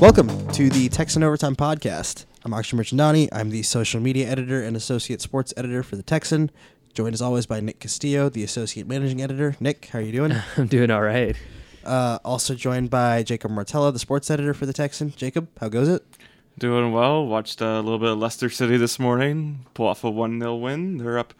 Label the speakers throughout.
Speaker 1: Welcome to the Texan Overtime Podcast. I'm Akshay Merchandani. I'm the social media editor and associate sports editor for the Texan. Joined as always by Nick Castillo, the associate managing editor. Nick, how are you doing?
Speaker 2: I'm doing all right.
Speaker 1: Uh, also joined by Jacob Martella, the sports editor for the Texan. Jacob, how goes it?
Speaker 3: Doing well. Watched a little bit of Leicester City this morning. Pull off a one 0 win. They're up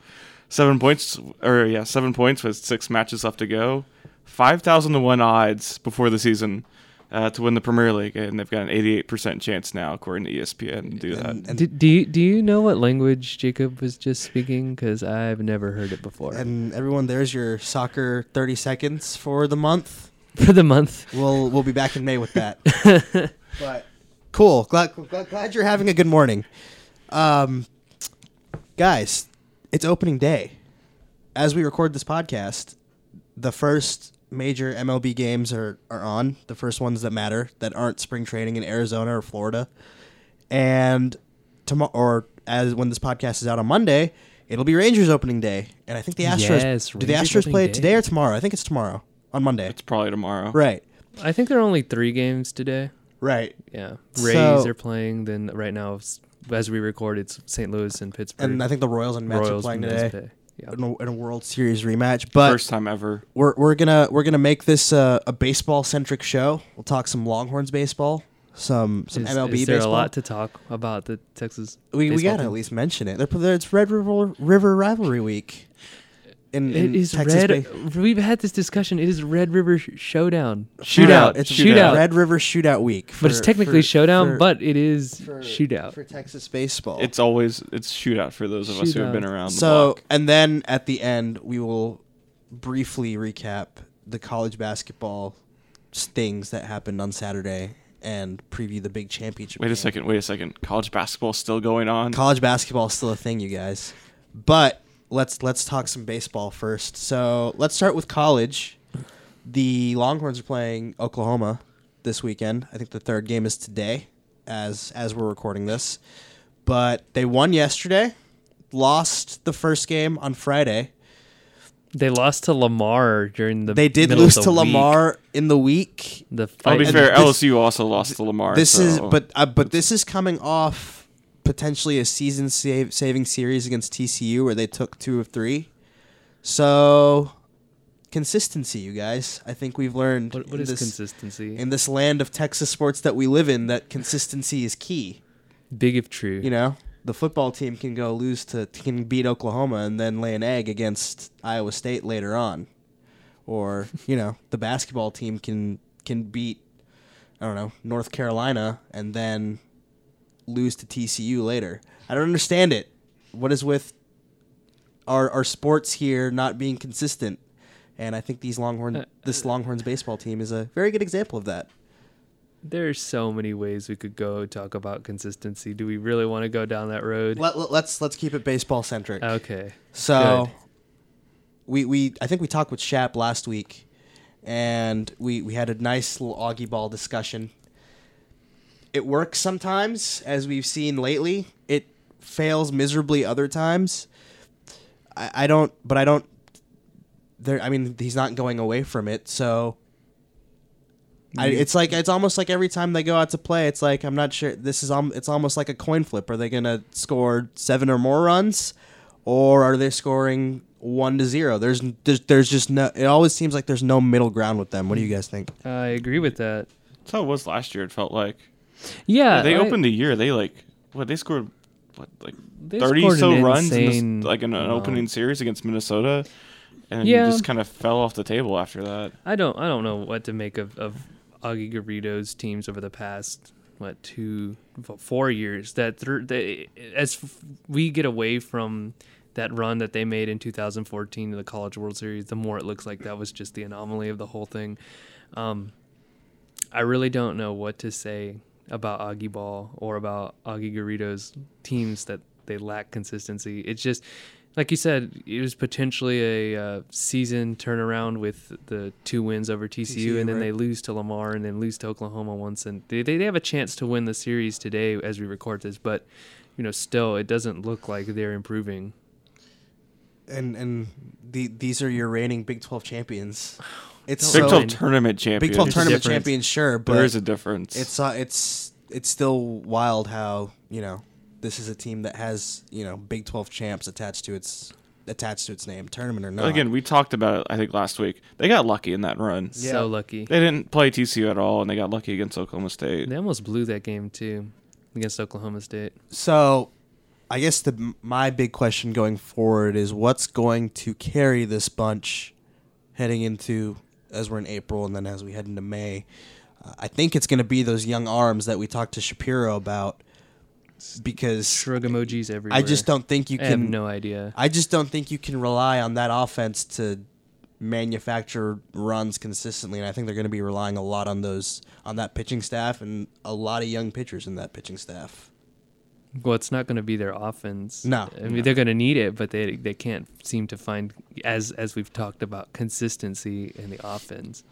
Speaker 3: seven points, or yeah, seven points with six matches left to go. Five thousand to one odds before the season uh, to win the Premier League, and they've got an eighty-eight percent chance now, according to E ESPN, to do that.
Speaker 1: And-
Speaker 2: do, do you do you know what language Jacob was just speaking? Because I've never heard it before.
Speaker 1: And everyone, there's your soccer 30 seconds for the month.
Speaker 2: For the month,
Speaker 1: We'll we'll be back in May with that. but cool. Glad, glad glad you're having a good morning. Um, guys, it's opening day. As we record this podcast, the first major MLB games are, are on, the first ones that matter that aren't spring training in Arizona or Florida. And tomorrow or as when this podcast is out on Monday, it'll be Rangers opening day. And I think the Astros
Speaker 2: Yes,
Speaker 1: do the
Speaker 2: Rangers
Speaker 1: Astros
Speaker 2: opening
Speaker 1: play
Speaker 2: day.
Speaker 1: today or tomorrow? I think it's tomorrow on Monday.
Speaker 3: It's probably tomorrow.
Speaker 1: right.
Speaker 2: I think there are only three games today.
Speaker 1: Right.
Speaker 2: Yeah, Rays
Speaker 1: So-
Speaker 2: are playing. Then right now, s- as we record, it's St. Louis and Pittsburgh.
Speaker 1: and I think the Royals and Mets are
Speaker 2: Royals
Speaker 1: playing
Speaker 2: and Mets
Speaker 1: today
Speaker 2: play. Yeah.
Speaker 1: in, a, in a World Series rematch. But
Speaker 3: First time ever.
Speaker 1: we're we're gonna we're gonna make this uh, a baseball centric show. We'll talk some Longhorns baseball, some some
Speaker 2: Is,
Speaker 1: MLB
Speaker 2: is there
Speaker 1: baseball.
Speaker 2: a lot to talk about the Texas?
Speaker 1: we we
Speaker 2: baseball
Speaker 1: gotta
Speaker 2: team?
Speaker 1: at least mention it. They're, they're- it's Red River River Rivalry Week. In,
Speaker 2: It
Speaker 1: in
Speaker 2: is
Speaker 1: Texas
Speaker 2: red.
Speaker 1: base-
Speaker 2: We've had this discussion. It is Red River sh- Showdown.
Speaker 1: Shootout.
Speaker 2: Shootout.
Speaker 1: It's
Speaker 2: shootout.
Speaker 1: Red River Shootout Week.
Speaker 2: but it's
Speaker 1: for-
Speaker 2: technically
Speaker 1: for-
Speaker 2: showdown.
Speaker 1: for-
Speaker 2: but it is
Speaker 1: for-
Speaker 2: shootout.
Speaker 1: for Texas baseball.
Speaker 3: It's always it's shootout for those of us who have been
Speaker 2: Shootout.
Speaker 3: around. the
Speaker 1: So,
Speaker 3: block.
Speaker 1: and then at the end, we will briefly recap the college basketball things that happened on Saturday and preview the big championship.
Speaker 3: wait
Speaker 1: game.
Speaker 3: a second. Wait a second. College basketball still going on.
Speaker 1: College basketball is still a thing, you guys. But let's let's talk some baseball first. So let's start with college. The Longhorns are playing Oklahoma this weekend. I think the third game is today, as as we're recording this. But they won yesterday, lost the first game on Friday.
Speaker 2: They lost to Lamar during the.
Speaker 1: They did
Speaker 2: middle of
Speaker 1: lose to
Speaker 2: the week.
Speaker 1: Lamar in the week.
Speaker 2: The fight.
Speaker 3: I'll be
Speaker 1: and
Speaker 3: fair.
Speaker 1: this-
Speaker 3: LSU also lost to Lamar.
Speaker 1: This is
Speaker 3: so-
Speaker 1: but uh, but this is coming off potentially a season save, saving series against TCU where they took 2 of 3. So consistency, you guys. I think we've learned
Speaker 2: What, what
Speaker 1: in
Speaker 2: is
Speaker 1: this
Speaker 2: consistency?
Speaker 1: in this land of Texas sports that we live in that consistency is key,
Speaker 2: Big if true.
Speaker 1: you know? The football team can go lose to can beat Oklahoma and then lay an egg against Iowa State later on. or you know the basketball team can can beat I don't know North Carolina and then lose to TCU later. I don't understand it. What is with our our sports here not being consistent? And I think these Longhorn
Speaker 2: Uh,
Speaker 1: this Longhorns baseball team is a very good example of that.
Speaker 2: There are so many ways we could go talk about consistency. Do we really want to go down that road?
Speaker 1: Let, let, let's let's keep it baseball centric.
Speaker 2: Okay.
Speaker 1: So
Speaker 2: Good.
Speaker 1: we we I think we talked with Shap last week, and we we had a nice little Augie ball discussion. It works sometimes, as we've seen lately. It fails miserably other times. I, I don't, but I don't. There, I mean, he's not going away from it, so. I,
Speaker 2: You-
Speaker 1: it's like it's almost like every time they go out to play, it's like I'm not sure. This is um, it's almost like a coin flip. Are they gonna score seven or more runs, or are they scoring one to zero? There's there's, there's just no. It always seems like there's no middle ground with them. What do you guys think?
Speaker 2: I agree with that.
Speaker 3: that's how it was last year. It felt like.
Speaker 2: Yeah.
Speaker 3: they
Speaker 2: I-
Speaker 3: opened the year. They like what they scored, what like
Speaker 2: They
Speaker 3: thirty
Speaker 2: scored
Speaker 3: so
Speaker 2: an
Speaker 3: runs, in this-
Speaker 2: insane
Speaker 3: like in an
Speaker 2: amount.
Speaker 3: opening series against Minnesota, and
Speaker 2: Yeah.
Speaker 3: just kind of fell off the table after that.
Speaker 2: I don't. I don't know what to make of of Augie Garrido's teams over the past what two, f- four years. That th- they, as f- we get away from that run that they made in 2014 to the College World Series, the more it looks like that was just the anomaly of the whole thing. Um, I really don't know what to say about Augie Ball or about Augie Garrido's teams that they lack consistency. It's just, like you said, it was potentially a uh, season turnaround with the two wins over TCU,
Speaker 1: TCU,
Speaker 2: and then
Speaker 1: right.
Speaker 2: they lose to Lamar and then lose to Oklahoma once. And they, they, they have a chance to win the series today as we record this, but, you know, still, it doesn't look like they're improving.
Speaker 1: And and the, these are your reigning Big Twelve champions. It's
Speaker 3: Big
Speaker 1: so-
Speaker 3: Twelve tournament champion.
Speaker 1: Big 12
Speaker 2: There's a
Speaker 1: tournament
Speaker 2: difference.
Speaker 1: champion, sure, but
Speaker 3: There is a difference.
Speaker 1: it's uh, it's it's still wild how you know this is a team that has you know Big Twelve champs attached to its attached to its name, tournament or not.
Speaker 3: again. We talked about it. I think last week they got lucky in that run.
Speaker 1: Yeah.
Speaker 2: So lucky.
Speaker 3: They didn't play TCU at all, and they got lucky against Oklahoma State.
Speaker 2: They almost blew that game too against Oklahoma State.
Speaker 1: so I guess the my big question going forward is what's going to carry this bunch heading into as we're in April and then as we head into May. Uh, I think it's going to be those young arms that we talked to Shapiro about because
Speaker 2: Shrug emojis everywhere.
Speaker 1: I just don't think you
Speaker 2: I have
Speaker 1: can
Speaker 2: no idea.
Speaker 1: I just don't think you can rely on that offense to manufacture runs consistently, and I think they're going to be relying a lot on those on that pitching staff and a lot of young pitchers in that pitching staff.
Speaker 2: Well, it's not going to be their offense.
Speaker 1: No.
Speaker 2: I mean they're going to need it, but they they can't seem to find as as we've talked about consistency in the offense.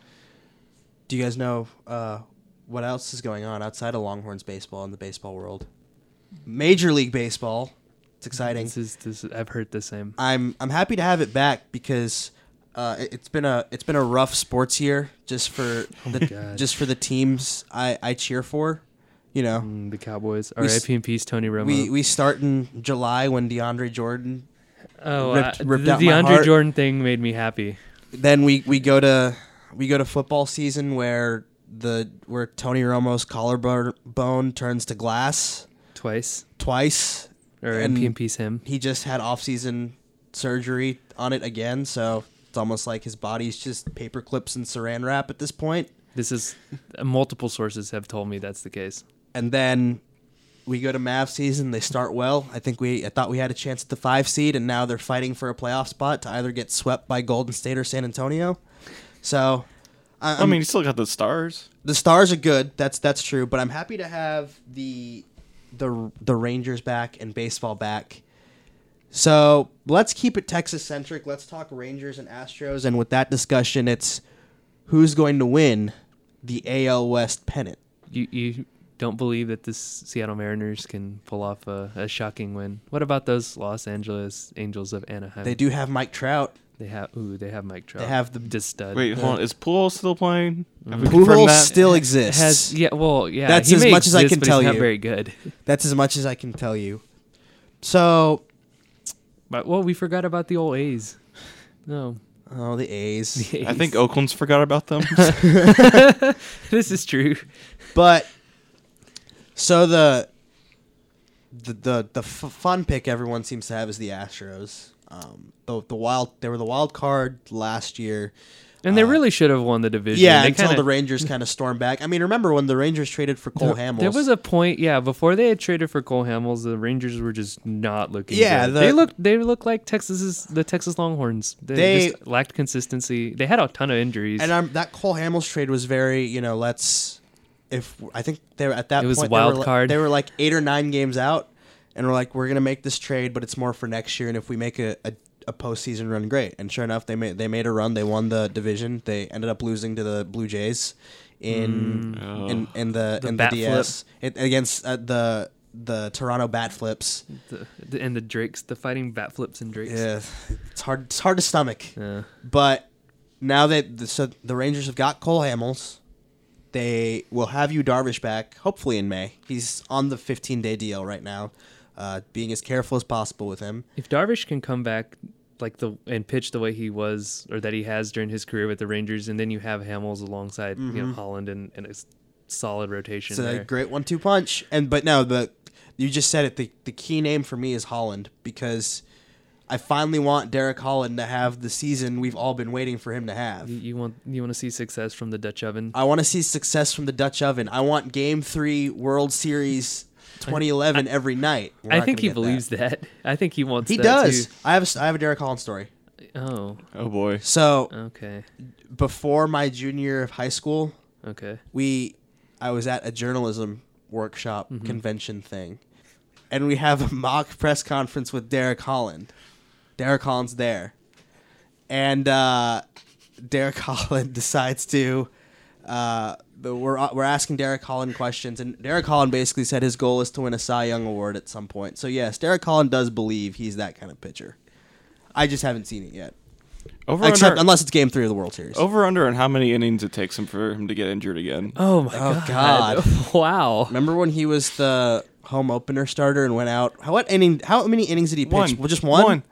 Speaker 1: Do you guys know uh, what else is going on outside of Longhorns baseball in the baseball world? Major League Baseball. It's exciting.
Speaker 2: This is this. I've heard the same.
Speaker 1: I'm I'm happy to have it back because uh, it- it's been a it's been a rough sports year just for the,
Speaker 2: God.
Speaker 1: just for the teams I, I cheer for. You know,
Speaker 2: Mm, the Cowboys.
Speaker 1: Um, We s-
Speaker 2: R.I.P. and peace, Tony Romo.
Speaker 1: We we start in July when DeAndre Jordan.
Speaker 2: oh,
Speaker 1: ripped-
Speaker 2: I-
Speaker 1: ripped
Speaker 2: the,
Speaker 1: out
Speaker 2: the
Speaker 1: my
Speaker 2: Andre
Speaker 1: heart.
Speaker 2: Jordan thing made me happy.
Speaker 1: Then we we go to we go to football season where the where Tony Romo's collarbone bone turns to glass
Speaker 2: twice
Speaker 1: twice.
Speaker 2: or
Speaker 1: And-
Speaker 2: MP and peace him.
Speaker 1: He just had off season surgery on it again, so it's almost like his body's just paper clips and saran wrap at this point.
Speaker 2: This is uh, multiple sources have told me that's the case.
Speaker 1: And then we go to Mav season. They start well. I think we I thought we had a chance at the five seed, and now they're fighting for a playoff spot to either get swept by Golden State or San Antonio. So, I,
Speaker 3: I mean, you still got the stars.
Speaker 1: the stars are good. That's that's true. But I'm happy to have the the the Rangers back and baseball back. So let's keep it Texas centric. Let's talk Rangers and Astros. And with that discussion, it's who's going to win the AL West pennant.
Speaker 2: You you don't believe that this Seattle Mariners can pull off a, a shocking win. What about those Los Angeles Angels of Anaheim?
Speaker 1: They do have Mike Trout.
Speaker 2: They have ooh, they have Mike Trout.
Speaker 1: have the-
Speaker 2: just stud.
Speaker 3: Wait, hold on. Is Poole still playing? Have we confirmed
Speaker 1: Pujols
Speaker 3: that?
Speaker 1: still
Speaker 2: It
Speaker 1: exists.
Speaker 2: has yeah, well, yeah.
Speaker 1: That's
Speaker 2: he
Speaker 1: as
Speaker 2: may
Speaker 1: much as I
Speaker 2: exist,
Speaker 1: can
Speaker 2: but
Speaker 1: tell
Speaker 2: he's Not
Speaker 1: you.
Speaker 2: very good.
Speaker 1: That's as much as I can tell you. So,
Speaker 2: But well, we forgot about the old A's. No,
Speaker 1: oh, the A's.
Speaker 2: the
Speaker 3: I think
Speaker 2: A's.
Speaker 3: Oakland's forgot about them.
Speaker 2: this is true.
Speaker 1: but so the the the, the f- fun pick everyone seems to have is the Astros. Um, the the wild they were the wild card last year.
Speaker 2: And they
Speaker 1: Uh,
Speaker 2: really should have won the division.
Speaker 1: Yeah,
Speaker 2: They
Speaker 1: until
Speaker 2: kinda-
Speaker 1: the Rangers kind of stormed back. I mean, remember when the Rangers traded for Cole
Speaker 2: There-
Speaker 1: Hamels?
Speaker 2: There was a point, yeah, before they had traded for Cole Hamels, the Rangers were just not looking.
Speaker 1: Yeah,
Speaker 2: good.
Speaker 1: the-
Speaker 2: they looked they looked like Texas's the Texas Longhorns. They,
Speaker 1: They-
Speaker 2: just lacked consistency. They had a ton of injuries.
Speaker 1: and um, that Cole Hamels trade was very you know let's if I think they were at that
Speaker 2: It was
Speaker 1: point
Speaker 2: wild
Speaker 1: they were, li-
Speaker 2: card.
Speaker 1: they were like eight or nine games out and we're like we're gonna make this trade but it's more for next year and if we make a, a, a postseason run great and sure enough they made they made a run they won the division they ended up losing to the Blue Jays in in, in the, in the
Speaker 2: Mm. bat
Speaker 1: DS it, against uh, the the Toronto Bat Flips
Speaker 2: the, the- and the Drakes, the fighting bat flips and Drakes.
Speaker 1: yeah it's hard it's hard to stomach
Speaker 2: Yeah.
Speaker 1: but now that the, so the Rangers have got Cole Hamels, they will have you Darvish back hopefully in May. He's on the 15 day DL right now, uh, being as careful as possible with him.
Speaker 2: If Darvish can come back like the and pitch the way he was or that he has during his career with the Rangers, and then you have Hamels alongside you
Speaker 1: Mm-hmm.
Speaker 2: know Holland and, and a s- solid rotation.
Speaker 1: It's a
Speaker 2: there.
Speaker 1: great one two punch. And but no, the you just said it. The the key name for me is Holland because I finally want Derek Holland to have the season we've all been waiting for him to have.
Speaker 2: You- you want you want to see success from the Dutch oven.
Speaker 1: I want to see success from the Dutch oven. I want Game Three World Series 2011 every night. We're
Speaker 2: I
Speaker 1: not
Speaker 2: think
Speaker 1: gonna get
Speaker 2: he
Speaker 1: that.
Speaker 2: believes that. I think he wants.
Speaker 1: He
Speaker 2: that
Speaker 1: does.
Speaker 2: too.
Speaker 1: I have a s I have a Derek Holland story.
Speaker 2: Oh,
Speaker 3: oh boy.
Speaker 1: So
Speaker 2: Uh. okay,
Speaker 1: before my junior year of high school,
Speaker 2: okay.
Speaker 1: we I was at a journalism workshop convention thing, and we have a mock press conference with Derek Holland. Derek Holland's there, and uh, Derek Holland decides to. Uh, the, we're we're asking Derek Holland questions, and Derek Holland basically said his goal is to win a Cy Young award at some point. So yes, Derek Holland does believe he's that kind of pitcher. I just haven't seen it yet.
Speaker 3: Over
Speaker 1: Except
Speaker 3: under,
Speaker 1: unless it's Game Three of the World Series.
Speaker 3: over under on how many innings it takes him for him to get injured again.
Speaker 2: Oh my
Speaker 1: Oh,
Speaker 2: god. wow.
Speaker 1: Remember when he was the home opener starter and went out? How what inning? How many innings did he pitch? Well, just one.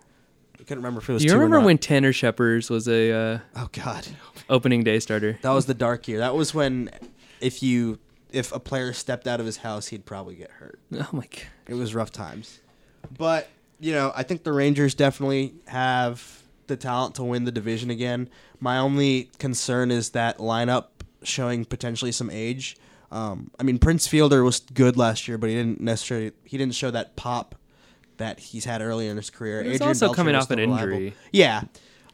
Speaker 1: I couldn't remember if it was.
Speaker 2: Do you
Speaker 1: two or
Speaker 2: remember
Speaker 1: not.
Speaker 2: when Tanner Shepherds was a uh,
Speaker 1: Oh God,
Speaker 2: opening day starter?
Speaker 1: that was the dark year. That was when, if you, if a player stepped out of his house, he'd probably get hurt.
Speaker 2: Oh my god.
Speaker 1: It was rough times, but you know, I think the Rangers definitely have the talent to win the division again. My only concern is that lineup showing potentially some age. Um, I mean, Prince Fielder was good last year, but he didn't necessarily he didn't show that pop that he's had earlier in his career.
Speaker 2: He was also coming
Speaker 1: was
Speaker 2: off an
Speaker 1: still reliable.
Speaker 2: injury.
Speaker 1: Yeah.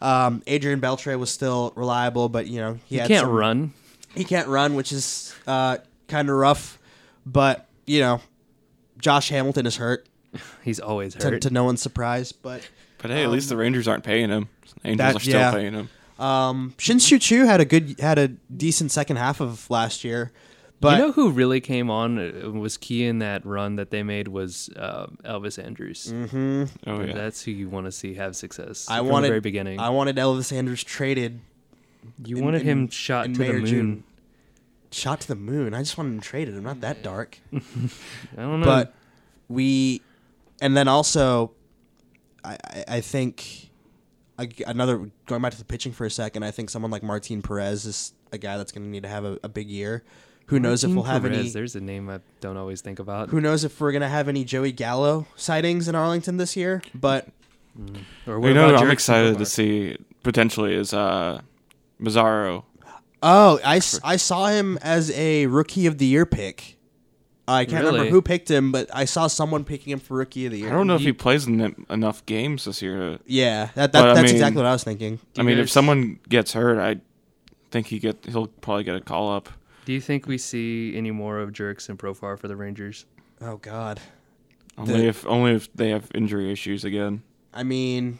Speaker 1: Um, Adrian Beltre was still reliable, but you know he,
Speaker 2: He
Speaker 1: had
Speaker 2: can't
Speaker 1: some-
Speaker 2: run.
Speaker 1: he can't run, which is uh, kind of rough. But you know, Josh Hamilton is hurt
Speaker 2: He's always
Speaker 1: to,
Speaker 2: hurt.
Speaker 1: to no one's surprise. But
Speaker 3: But hey, at least the Rangers aren't paying him. Angels
Speaker 1: Um, that-
Speaker 3: are still
Speaker 1: yeah.
Speaker 3: paying him.
Speaker 1: um, Shinsu Chu had a good, had a decent second half of last year. But
Speaker 2: you know who really came on uh, was key in that run that they made was uh, Elvis Andrews.
Speaker 3: Oh yeah.
Speaker 2: That's who you want to see have success.
Speaker 1: Mm-hmm. I
Speaker 2: from
Speaker 1: wanted
Speaker 2: the very beginning.
Speaker 1: I wanted Elvis Andrews traded,
Speaker 2: you
Speaker 1: in-
Speaker 2: wanted him
Speaker 1: in-
Speaker 2: shot
Speaker 1: in
Speaker 2: to
Speaker 1: May
Speaker 2: the
Speaker 1: or
Speaker 2: moon.
Speaker 1: June. shot to the moon. I just wanted him traded. I'm not that dark.
Speaker 2: I don't know.
Speaker 3: Hmm.
Speaker 1: but we and then also i i, I think I, another going back to the pitching for a second i think someone like martin perez is a guy that's going to need to have a, a big year who knows if
Speaker 2: Martin
Speaker 1: we'll have
Speaker 2: Perez,
Speaker 1: any
Speaker 2: There's a name I don't always think about,
Speaker 1: who knows if we're going to have any joey gallo sightings in arlington this year but
Speaker 2: or
Speaker 3: You know,
Speaker 2: about
Speaker 3: what I'm
Speaker 2: Jerickson
Speaker 3: excited to
Speaker 2: Hobart?
Speaker 3: see potentially is uh, Mazzaro.
Speaker 1: oh i, s- I saw him as a rookie of the year pick i can't
Speaker 2: Really?
Speaker 1: remember who picked him but i saw someone picking him for rookie of the year
Speaker 3: I don't know if he plays in em- enough games this year.
Speaker 1: yeah that, that,
Speaker 3: But, I
Speaker 1: that's
Speaker 3: mean-
Speaker 1: exactly what i was thinking
Speaker 3: I mean, if
Speaker 2: guys-
Speaker 3: someone gets hurt, I think he get he'll probably get a call up.
Speaker 2: Do you think we see any more of Jerks and Profar for the Rangers?
Speaker 1: oh god
Speaker 3: Only if only if they have injury issues again.
Speaker 1: I mean,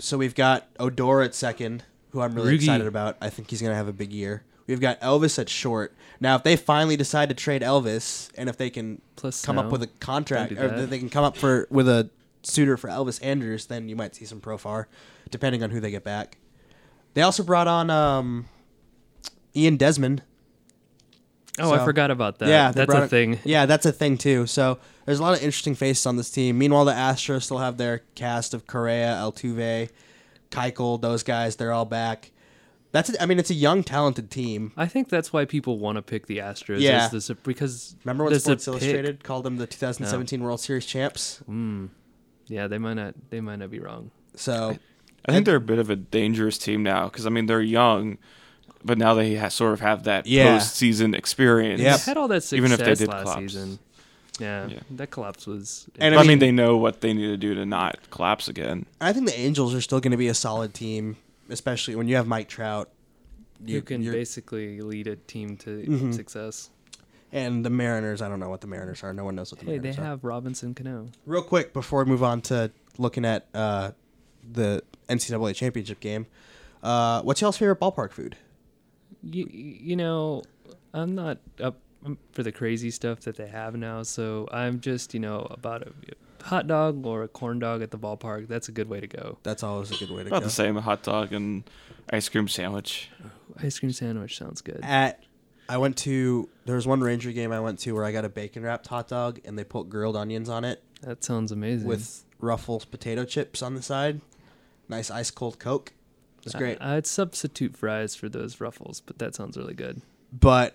Speaker 1: so we've got Odor at second, who I'm really
Speaker 2: Rugi.
Speaker 1: excited about. I think he's going to have a big year. We've got Elvis at short. Now, if they finally decide to trade Elvis, and if they can
Speaker 2: Plus
Speaker 1: come up
Speaker 2: now,
Speaker 1: with a contract,
Speaker 2: do
Speaker 1: or
Speaker 2: that.
Speaker 1: if they can come up for with a suitor for Elvis Andrews, then you might see some Profar, depending on who they get back. They also brought on um, Ian Desmond.
Speaker 2: Oh,
Speaker 1: So-
Speaker 2: I forgot about that.
Speaker 1: yeah, they
Speaker 2: that's
Speaker 1: brought
Speaker 2: a
Speaker 1: it-
Speaker 2: thing.
Speaker 1: Yeah, that's a thing too. So there's a lot of interesting faces on this team. Meanwhile, the Astros still have their cast of Correa, Altuve, Keuchel. Those guys, they're all back. That's. I mean, it's a young, talented team.
Speaker 2: I think that's why people want to pick the Astros.
Speaker 1: Yeah.
Speaker 2: is the sup- because
Speaker 1: Remember when
Speaker 2: there's a
Speaker 1: Sports
Speaker 2: pick. Mm.
Speaker 1: Illustrated called them the 2017 World Series champs?
Speaker 2: Yeah, they might not. They might not be wrong.
Speaker 1: So
Speaker 3: I think they're a bit of a dangerous team now because I mean they're young, but now they ha- sort of have that
Speaker 1: Yeah.
Speaker 3: postseason experience.
Speaker 1: Yep.
Speaker 2: They had all that
Speaker 3: Even
Speaker 2: success
Speaker 3: if they did
Speaker 2: last
Speaker 3: collapse.
Speaker 2: season. Yeah,
Speaker 3: Yeah.
Speaker 2: that collapse was.
Speaker 1: And
Speaker 3: But
Speaker 1: I
Speaker 3: I mean,
Speaker 1: mean-
Speaker 3: they know what they need to do to not collapse again.
Speaker 1: I think the Angels are still going to be a solid team, especially when you have Mike Trout.
Speaker 2: you can
Speaker 1: you're- Mm-hmm.
Speaker 2: basically lead a team to success.
Speaker 1: and the Mariners. I don't know what the Mariners are. No one knows what the
Speaker 2: Hey, they
Speaker 1: Mariners are.
Speaker 2: have Robinson Cano.
Speaker 1: Real quick before we move on to looking at uh, the NCAA championship game, uh, what's y'all's favorite ballpark food?
Speaker 2: You, you know, I'm not up um, for the crazy stuff that they have now, so I'm just you know about a hot dog or a corn dog at the ballpark. That's a good way to go.
Speaker 1: That's always a good way to
Speaker 3: About
Speaker 1: go.
Speaker 3: the same, a hot dog and ice cream sandwich.
Speaker 2: Ice cream sandwich sounds good.
Speaker 1: At I went to there was one Ranger game I went to where I got a bacon wrapped hot dog and they put grilled onions on it
Speaker 2: That sounds amazing.
Speaker 1: with Ruffles potato chips on the side. Nice ice cold Coke. It's great.
Speaker 2: I, would substitute fries for those ruffles, but that sounds really good.
Speaker 1: but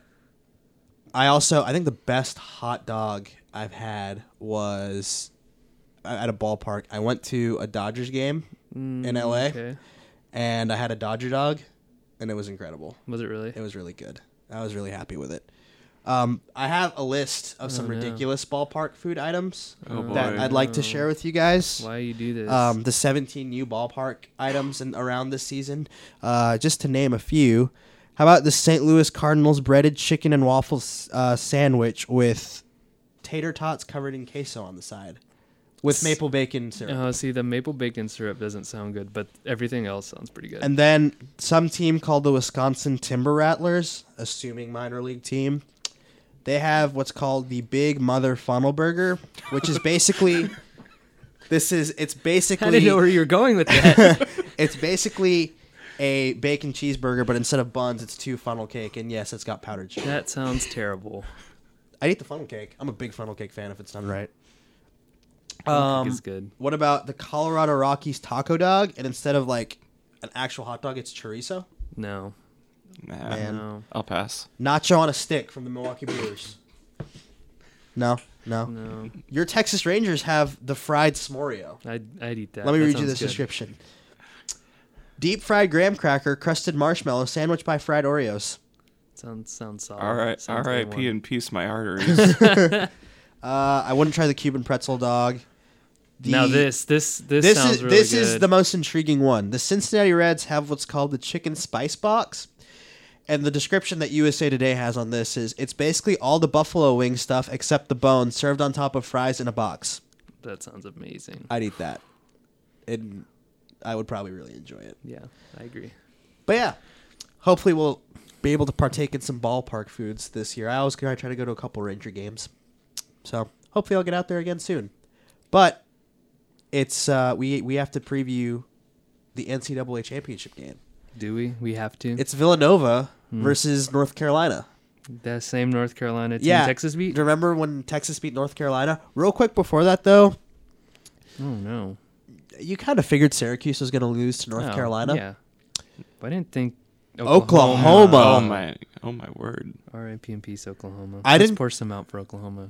Speaker 1: I also I think the best hot dog I've had was at a ballpark. I went to a Dodgers game in LA
Speaker 2: Mm, Okay,
Speaker 1: and I had a Dodger dog and it was incredible.
Speaker 2: was it really?
Speaker 1: It was really good. I was really happy with it. Um, I have a list of some
Speaker 2: no.
Speaker 1: ridiculous ballpark food items
Speaker 3: Oh,
Speaker 1: that
Speaker 3: boy.
Speaker 1: I'd like to share with you guys
Speaker 2: Why you do this?
Speaker 1: um, the 17 new ballpark items in, around this season. Uh, just to name a few, how about the St. Louis Cardinals breaded chicken and waffles uh, sandwich with tater tots covered in queso on the side, with maple bacon syrup.
Speaker 2: Oh, see, the maple bacon syrup doesn't sound good, but everything else sounds pretty good.
Speaker 1: And then some team called the Wisconsin Timber Rattlers, assuming minor league team. They have what's called the Big Mother Funnel Burger, which is basically this is it's basically
Speaker 2: I didn't know where you were going with that.
Speaker 1: it's basically a bacon cheeseburger, but instead of buns, it's two funnel cake, and yes, it's got powdered sugar.
Speaker 2: That sounds terrible.
Speaker 1: I eat the funnel cake. I'm a big funnel cake fan if it's done right. Um,
Speaker 2: Funnel cake is good.
Speaker 1: What about the Colorado Rockies taco dog? And instead of like an actual hot dog, it's chorizo,
Speaker 2: No.
Speaker 3: Nah,
Speaker 1: Man.
Speaker 2: No.
Speaker 3: I'll pass.
Speaker 1: nacho on a stick from the Milwaukee Brewers. No, no.
Speaker 2: No.
Speaker 1: Your Texas Rangers have the fried smorio.
Speaker 2: I'd, I'd eat that.
Speaker 1: Let me
Speaker 2: That
Speaker 1: read you
Speaker 2: sounds
Speaker 1: this
Speaker 2: good.
Speaker 1: description. Deep fried graham cracker, crusted marshmallow, sandwiched by fried Oreos.
Speaker 2: Sounds sounds solid.
Speaker 3: All right, all
Speaker 2: Sounds like
Speaker 3: right,
Speaker 2: one.
Speaker 3: pee and peace my arteries.
Speaker 1: Uh, I wouldn't try the Cuban pretzel dog. The-
Speaker 2: now this this this,
Speaker 1: this
Speaker 2: sounds
Speaker 1: is
Speaker 2: really
Speaker 1: this
Speaker 2: good.
Speaker 1: is the most intriguing one. The Cincinnati Reds have what's called the chicken spice box, and the description that USA Today has on this is it's basically all the buffalo wing stuff except the bone served on top of fries in a box.
Speaker 2: that sounds amazing.
Speaker 1: I'd eat that. It, I would probably really enjoy it.
Speaker 2: Yeah, I agree.
Speaker 1: But yeah, hopefully we'll be able to partake in some ballpark foods this year. I always try to go to a couple Ranger games, so hopefully I'll get out there again soon. But it's uh, we we have to preview the NCAA championship game.
Speaker 2: Do we? We have to.
Speaker 1: It's Villanova
Speaker 2: Hmm.
Speaker 1: versus North Carolina.
Speaker 2: that same North Carolina team
Speaker 1: yeah,
Speaker 2: Texas beat.
Speaker 1: Remember when Texas beat North Carolina? Real quick before that though,
Speaker 2: Oh no.
Speaker 1: you kind of figured Syracuse was going to lose to North
Speaker 2: Oh,
Speaker 1: Carolina.
Speaker 2: Yeah. But I didn't think
Speaker 1: Oklahoma.
Speaker 3: oh
Speaker 1: Uh,
Speaker 3: my, oh my word.
Speaker 2: R.I.P. and peace, Oklahoma.
Speaker 1: I
Speaker 2: Let's
Speaker 1: didn't-
Speaker 2: pour some out for Oklahoma.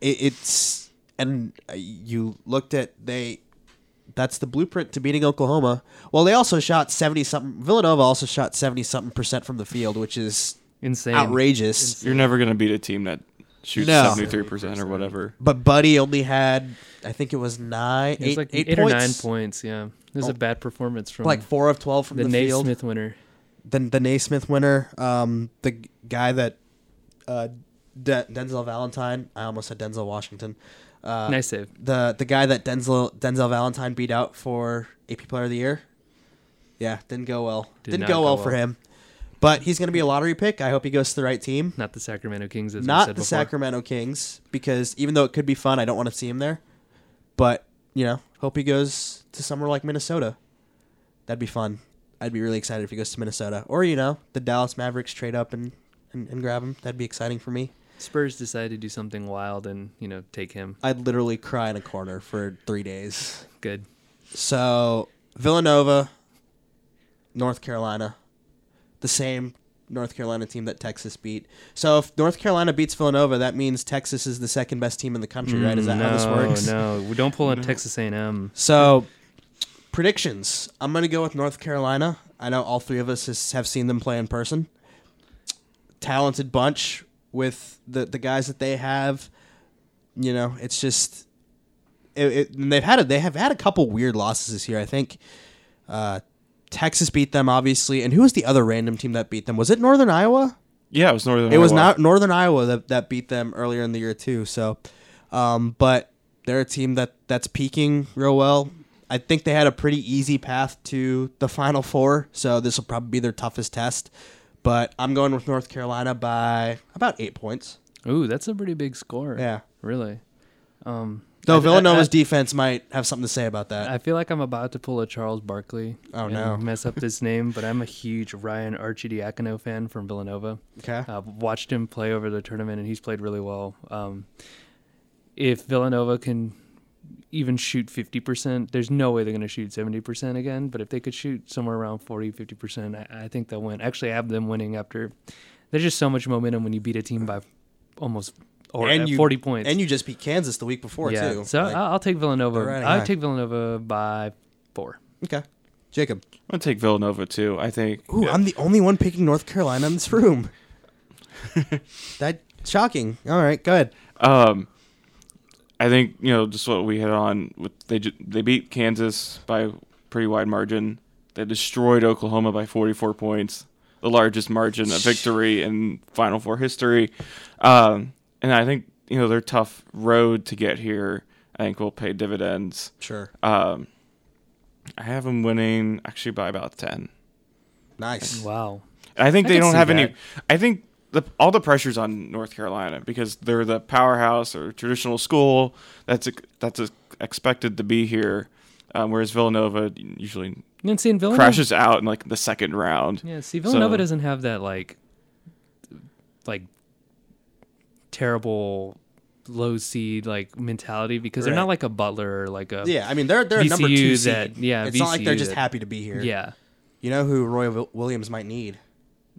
Speaker 1: it, it's and uh, you looked at they that's the blueprint to beating Oklahoma. Well, they also shot 70 something Villanova also shot 70 something percent from the field, which is
Speaker 2: Insane.
Speaker 1: outrageous.
Speaker 3: You're never gonna beat a team that shoots
Speaker 1: No.
Speaker 3: seventy three percent or whatever.
Speaker 1: But Buddy only had I think it was 9
Speaker 2: It was
Speaker 1: eight-
Speaker 2: like
Speaker 1: eight
Speaker 2: eight, or nine points. Yeah, it was
Speaker 1: Oh.
Speaker 2: a bad performance from
Speaker 1: like 4 of 12 from
Speaker 2: the
Speaker 1: the, field.
Speaker 2: Naismith winner.
Speaker 1: the the Naismith winner, um, the g- guy that uh, De- Denzel Valentine, I almost said Denzel Washington. Uh,
Speaker 2: nice save.
Speaker 1: the the guy that Denzel Denzel Valentine beat out for AP Player of the Year. Yeah, didn't go well.
Speaker 2: Did
Speaker 1: Did not
Speaker 2: not
Speaker 1: go,
Speaker 2: go
Speaker 1: well, for
Speaker 2: well.
Speaker 1: him. But he's going to be a lottery pick. I hope he goes to the right team.
Speaker 2: Not the Sacramento Kings, as we
Speaker 1: Not
Speaker 2: said
Speaker 1: the
Speaker 2: before.
Speaker 1: Sacramento Kings because even though it could be fun, I don't want to see him there. But, you know, hope he goes to somewhere like Minnesota. That'd be fun. I'd be really excited if he goes to Minnesota or, you know, the Dallas Mavericks trade up and and, and grab him. That'd be exciting for me.
Speaker 2: Spurs decided to do something wild and you know take him.
Speaker 1: I'd literally cry in a corner for 3 days.
Speaker 2: Good.
Speaker 1: So Villanova, North Carolina, the same North Carolina team that Texas beat. So if North Carolina beats Villanova, that means Texas is the second best team in the country, right? Is that
Speaker 2: no,
Speaker 1: how this works?
Speaker 2: No, we don't pull on Texas A&M.
Speaker 1: So predictions. I'm gonna go with North Carolina. I know all three of us has, have seen them play in person. Talented bunch with the the guys that they have. You know, it's just it, it, and they've had a, they have had a couple weird losses this year. I think uh, Texas beat them obviously, and who was the other random team that beat them? Was it Northern Iowa?
Speaker 3: Yeah, it was Northern.
Speaker 1: It was
Speaker 3: Iowa.
Speaker 1: not Northern Iowa that, that beat them earlier in the year too. So, um, but they're a team that that's peaking real well. I think they had a pretty easy path to the Final Four, so this will probably be their toughest test. But I'm going with North Carolina by about eight points.
Speaker 2: Ooh, that's a pretty big score.
Speaker 1: Yeah,
Speaker 2: really. Um,
Speaker 1: though
Speaker 2: I- I-
Speaker 1: Villanova's
Speaker 2: I-
Speaker 1: defense might have something to say about that.
Speaker 2: I feel like I'm about to pull a Charles Barkley.
Speaker 1: Oh,
Speaker 2: and
Speaker 1: no.
Speaker 2: Mess up this name, but I'm a huge Ryan Archidiakono fan from Villanova.
Speaker 1: okay,
Speaker 2: Uh, watched him play over the tournament, and he's played really well. Um, if Villanova can even shoot 50%, there's no way they're going to shoot 70% again. But if they could shoot somewhere around 40, 50%, I, I think they'll win. Actually, I have them winning after. There's just so much momentum when you beat a team by almost or
Speaker 1: And
Speaker 2: at
Speaker 1: you-
Speaker 2: 40 points.
Speaker 1: and you just beat Kansas the week before
Speaker 2: yeah.
Speaker 1: too.
Speaker 2: So uh,
Speaker 1: Like,
Speaker 2: I I'll take Villanova.
Speaker 1: They're riding high.
Speaker 2: I'll take Villanova by four.
Speaker 1: okay, Jacob.
Speaker 3: I'm gonna take Villanova too. I think.
Speaker 1: Ooh, I'm the only one picking North Carolina in this room. that shocking. All right, go ahead.
Speaker 3: Um, I think you know just what we hit on with they ju- they beat Kansas by a pretty wide margin. They destroyed Oklahoma by 44 points, the largest margin of victory in Final Four history. Um, and I think you know their tough road to get here. I think will pay dividends.
Speaker 1: Sure.
Speaker 3: Um, I have them winning actually by about 10.
Speaker 1: Nice.
Speaker 2: Wow.
Speaker 3: I think
Speaker 2: I
Speaker 3: they
Speaker 2: could
Speaker 3: don't
Speaker 2: see
Speaker 3: have
Speaker 2: that.
Speaker 3: any. I think the, all the pressure's on North Carolina because they're the powerhouse or traditional school that's that's expected to be here. um, whereas Villanova usually
Speaker 2: And see, and Villanova,
Speaker 3: crashes out in like the second round.
Speaker 2: Yeah, see, Villanova
Speaker 3: So-
Speaker 2: doesn't have that like, like, terrible low seed like mentality because they're
Speaker 1: Right.
Speaker 2: not like a Butler or like a
Speaker 1: Yeah, I mean they're they're a number
Speaker 2: VCU
Speaker 1: two seed.
Speaker 2: that- yeah,
Speaker 1: it's not like they're
Speaker 2: VCU
Speaker 1: just
Speaker 2: that-
Speaker 1: happy to be here.
Speaker 2: yeah.
Speaker 1: you know who Roy Wil- Williams might need.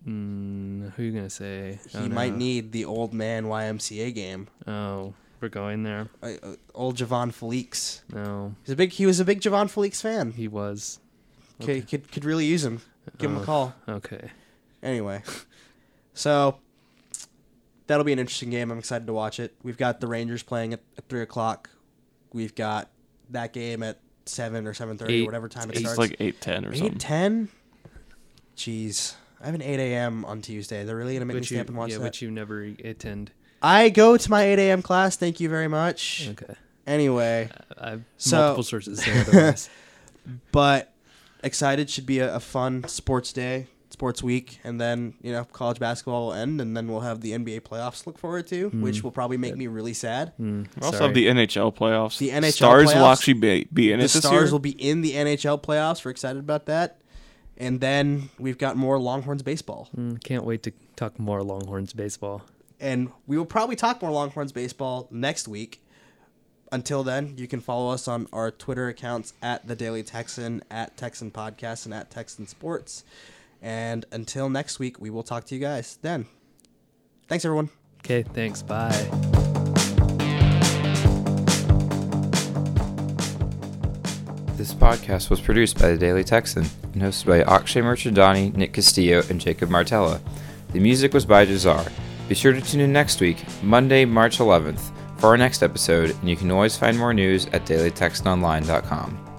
Speaker 2: Mm, who you gonna say? Oh, I
Speaker 1: He
Speaker 2: don't
Speaker 1: might
Speaker 2: know.
Speaker 1: need the old man YMCA game.
Speaker 2: Oh, we're going there.
Speaker 1: Uh, uh, old Javon Felix.
Speaker 2: No,
Speaker 1: He's a big. He was a big Javon Felix fan.
Speaker 2: he was
Speaker 1: Could could, could really use him. Give him a
Speaker 2: Oh.
Speaker 1: call.
Speaker 2: okay.
Speaker 1: Anyway, so that'll be an interesting game. I'm excited to watch it. We've got the Rangers playing at, at three o'clock. We've got that game at seven or seven thirty,
Speaker 2: Eight.
Speaker 1: whatever time it
Speaker 2: Eight.
Speaker 1: starts.
Speaker 3: It's like eight ten or
Speaker 1: Eight
Speaker 3: something.
Speaker 1: ten. Jeez, I have an eight a.m. on Tuesday. They're really gonna make me
Speaker 2: Which
Speaker 1: stay
Speaker 2: you,
Speaker 1: up and watch
Speaker 2: yeah,
Speaker 1: that.
Speaker 2: which you never attend.
Speaker 1: I go to my eight a.m. class. Thank you very much.
Speaker 2: Okay,
Speaker 1: Anyway,
Speaker 2: I have
Speaker 1: So-
Speaker 2: multiple sources. There otherwise.
Speaker 1: but excited should be a, a fun sports day, sports week, and then you know college basketball will end, and then we'll have the NBA playoffs to look forward to,
Speaker 3: Mm-hmm.
Speaker 1: which will probably make me really sad.
Speaker 2: Mm,
Speaker 3: We also
Speaker 2: sorry.
Speaker 3: have the NHL playoffs.
Speaker 1: The NHL
Speaker 3: stars will
Speaker 1: playoffs.
Speaker 3: actually be, be in
Speaker 1: the
Speaker 3: it this
Speaker 1: Stars
Speaker 3: year.
Speaker 1: will be in the NHL playoffs. We're excited about that, and then we've got more Longhorns baseball.
Speaker 2: Mm, can't wait to talk more Longhorns baseball.
Speaker 1: and we will probably talk more Longhorns baseball next week. Until then, you can follow us on our Twitter accounts at the Daily Texan, at Texan Podcast, and at Texan Sports. And until next week, we will talk to you guys then. Thanks, everyone.
Speaker 2: Okay, thanks. Bye.
Speaker 4: This podcast was produced by The Daily Texan and hosted by Akshay Merchandani, Nick Castillo, and Jacob Martella. The music was by Jazar. Be sure to tune in next week, Monday, March 11th, for our next episode, and you can always find more news at dailytexanonline.com.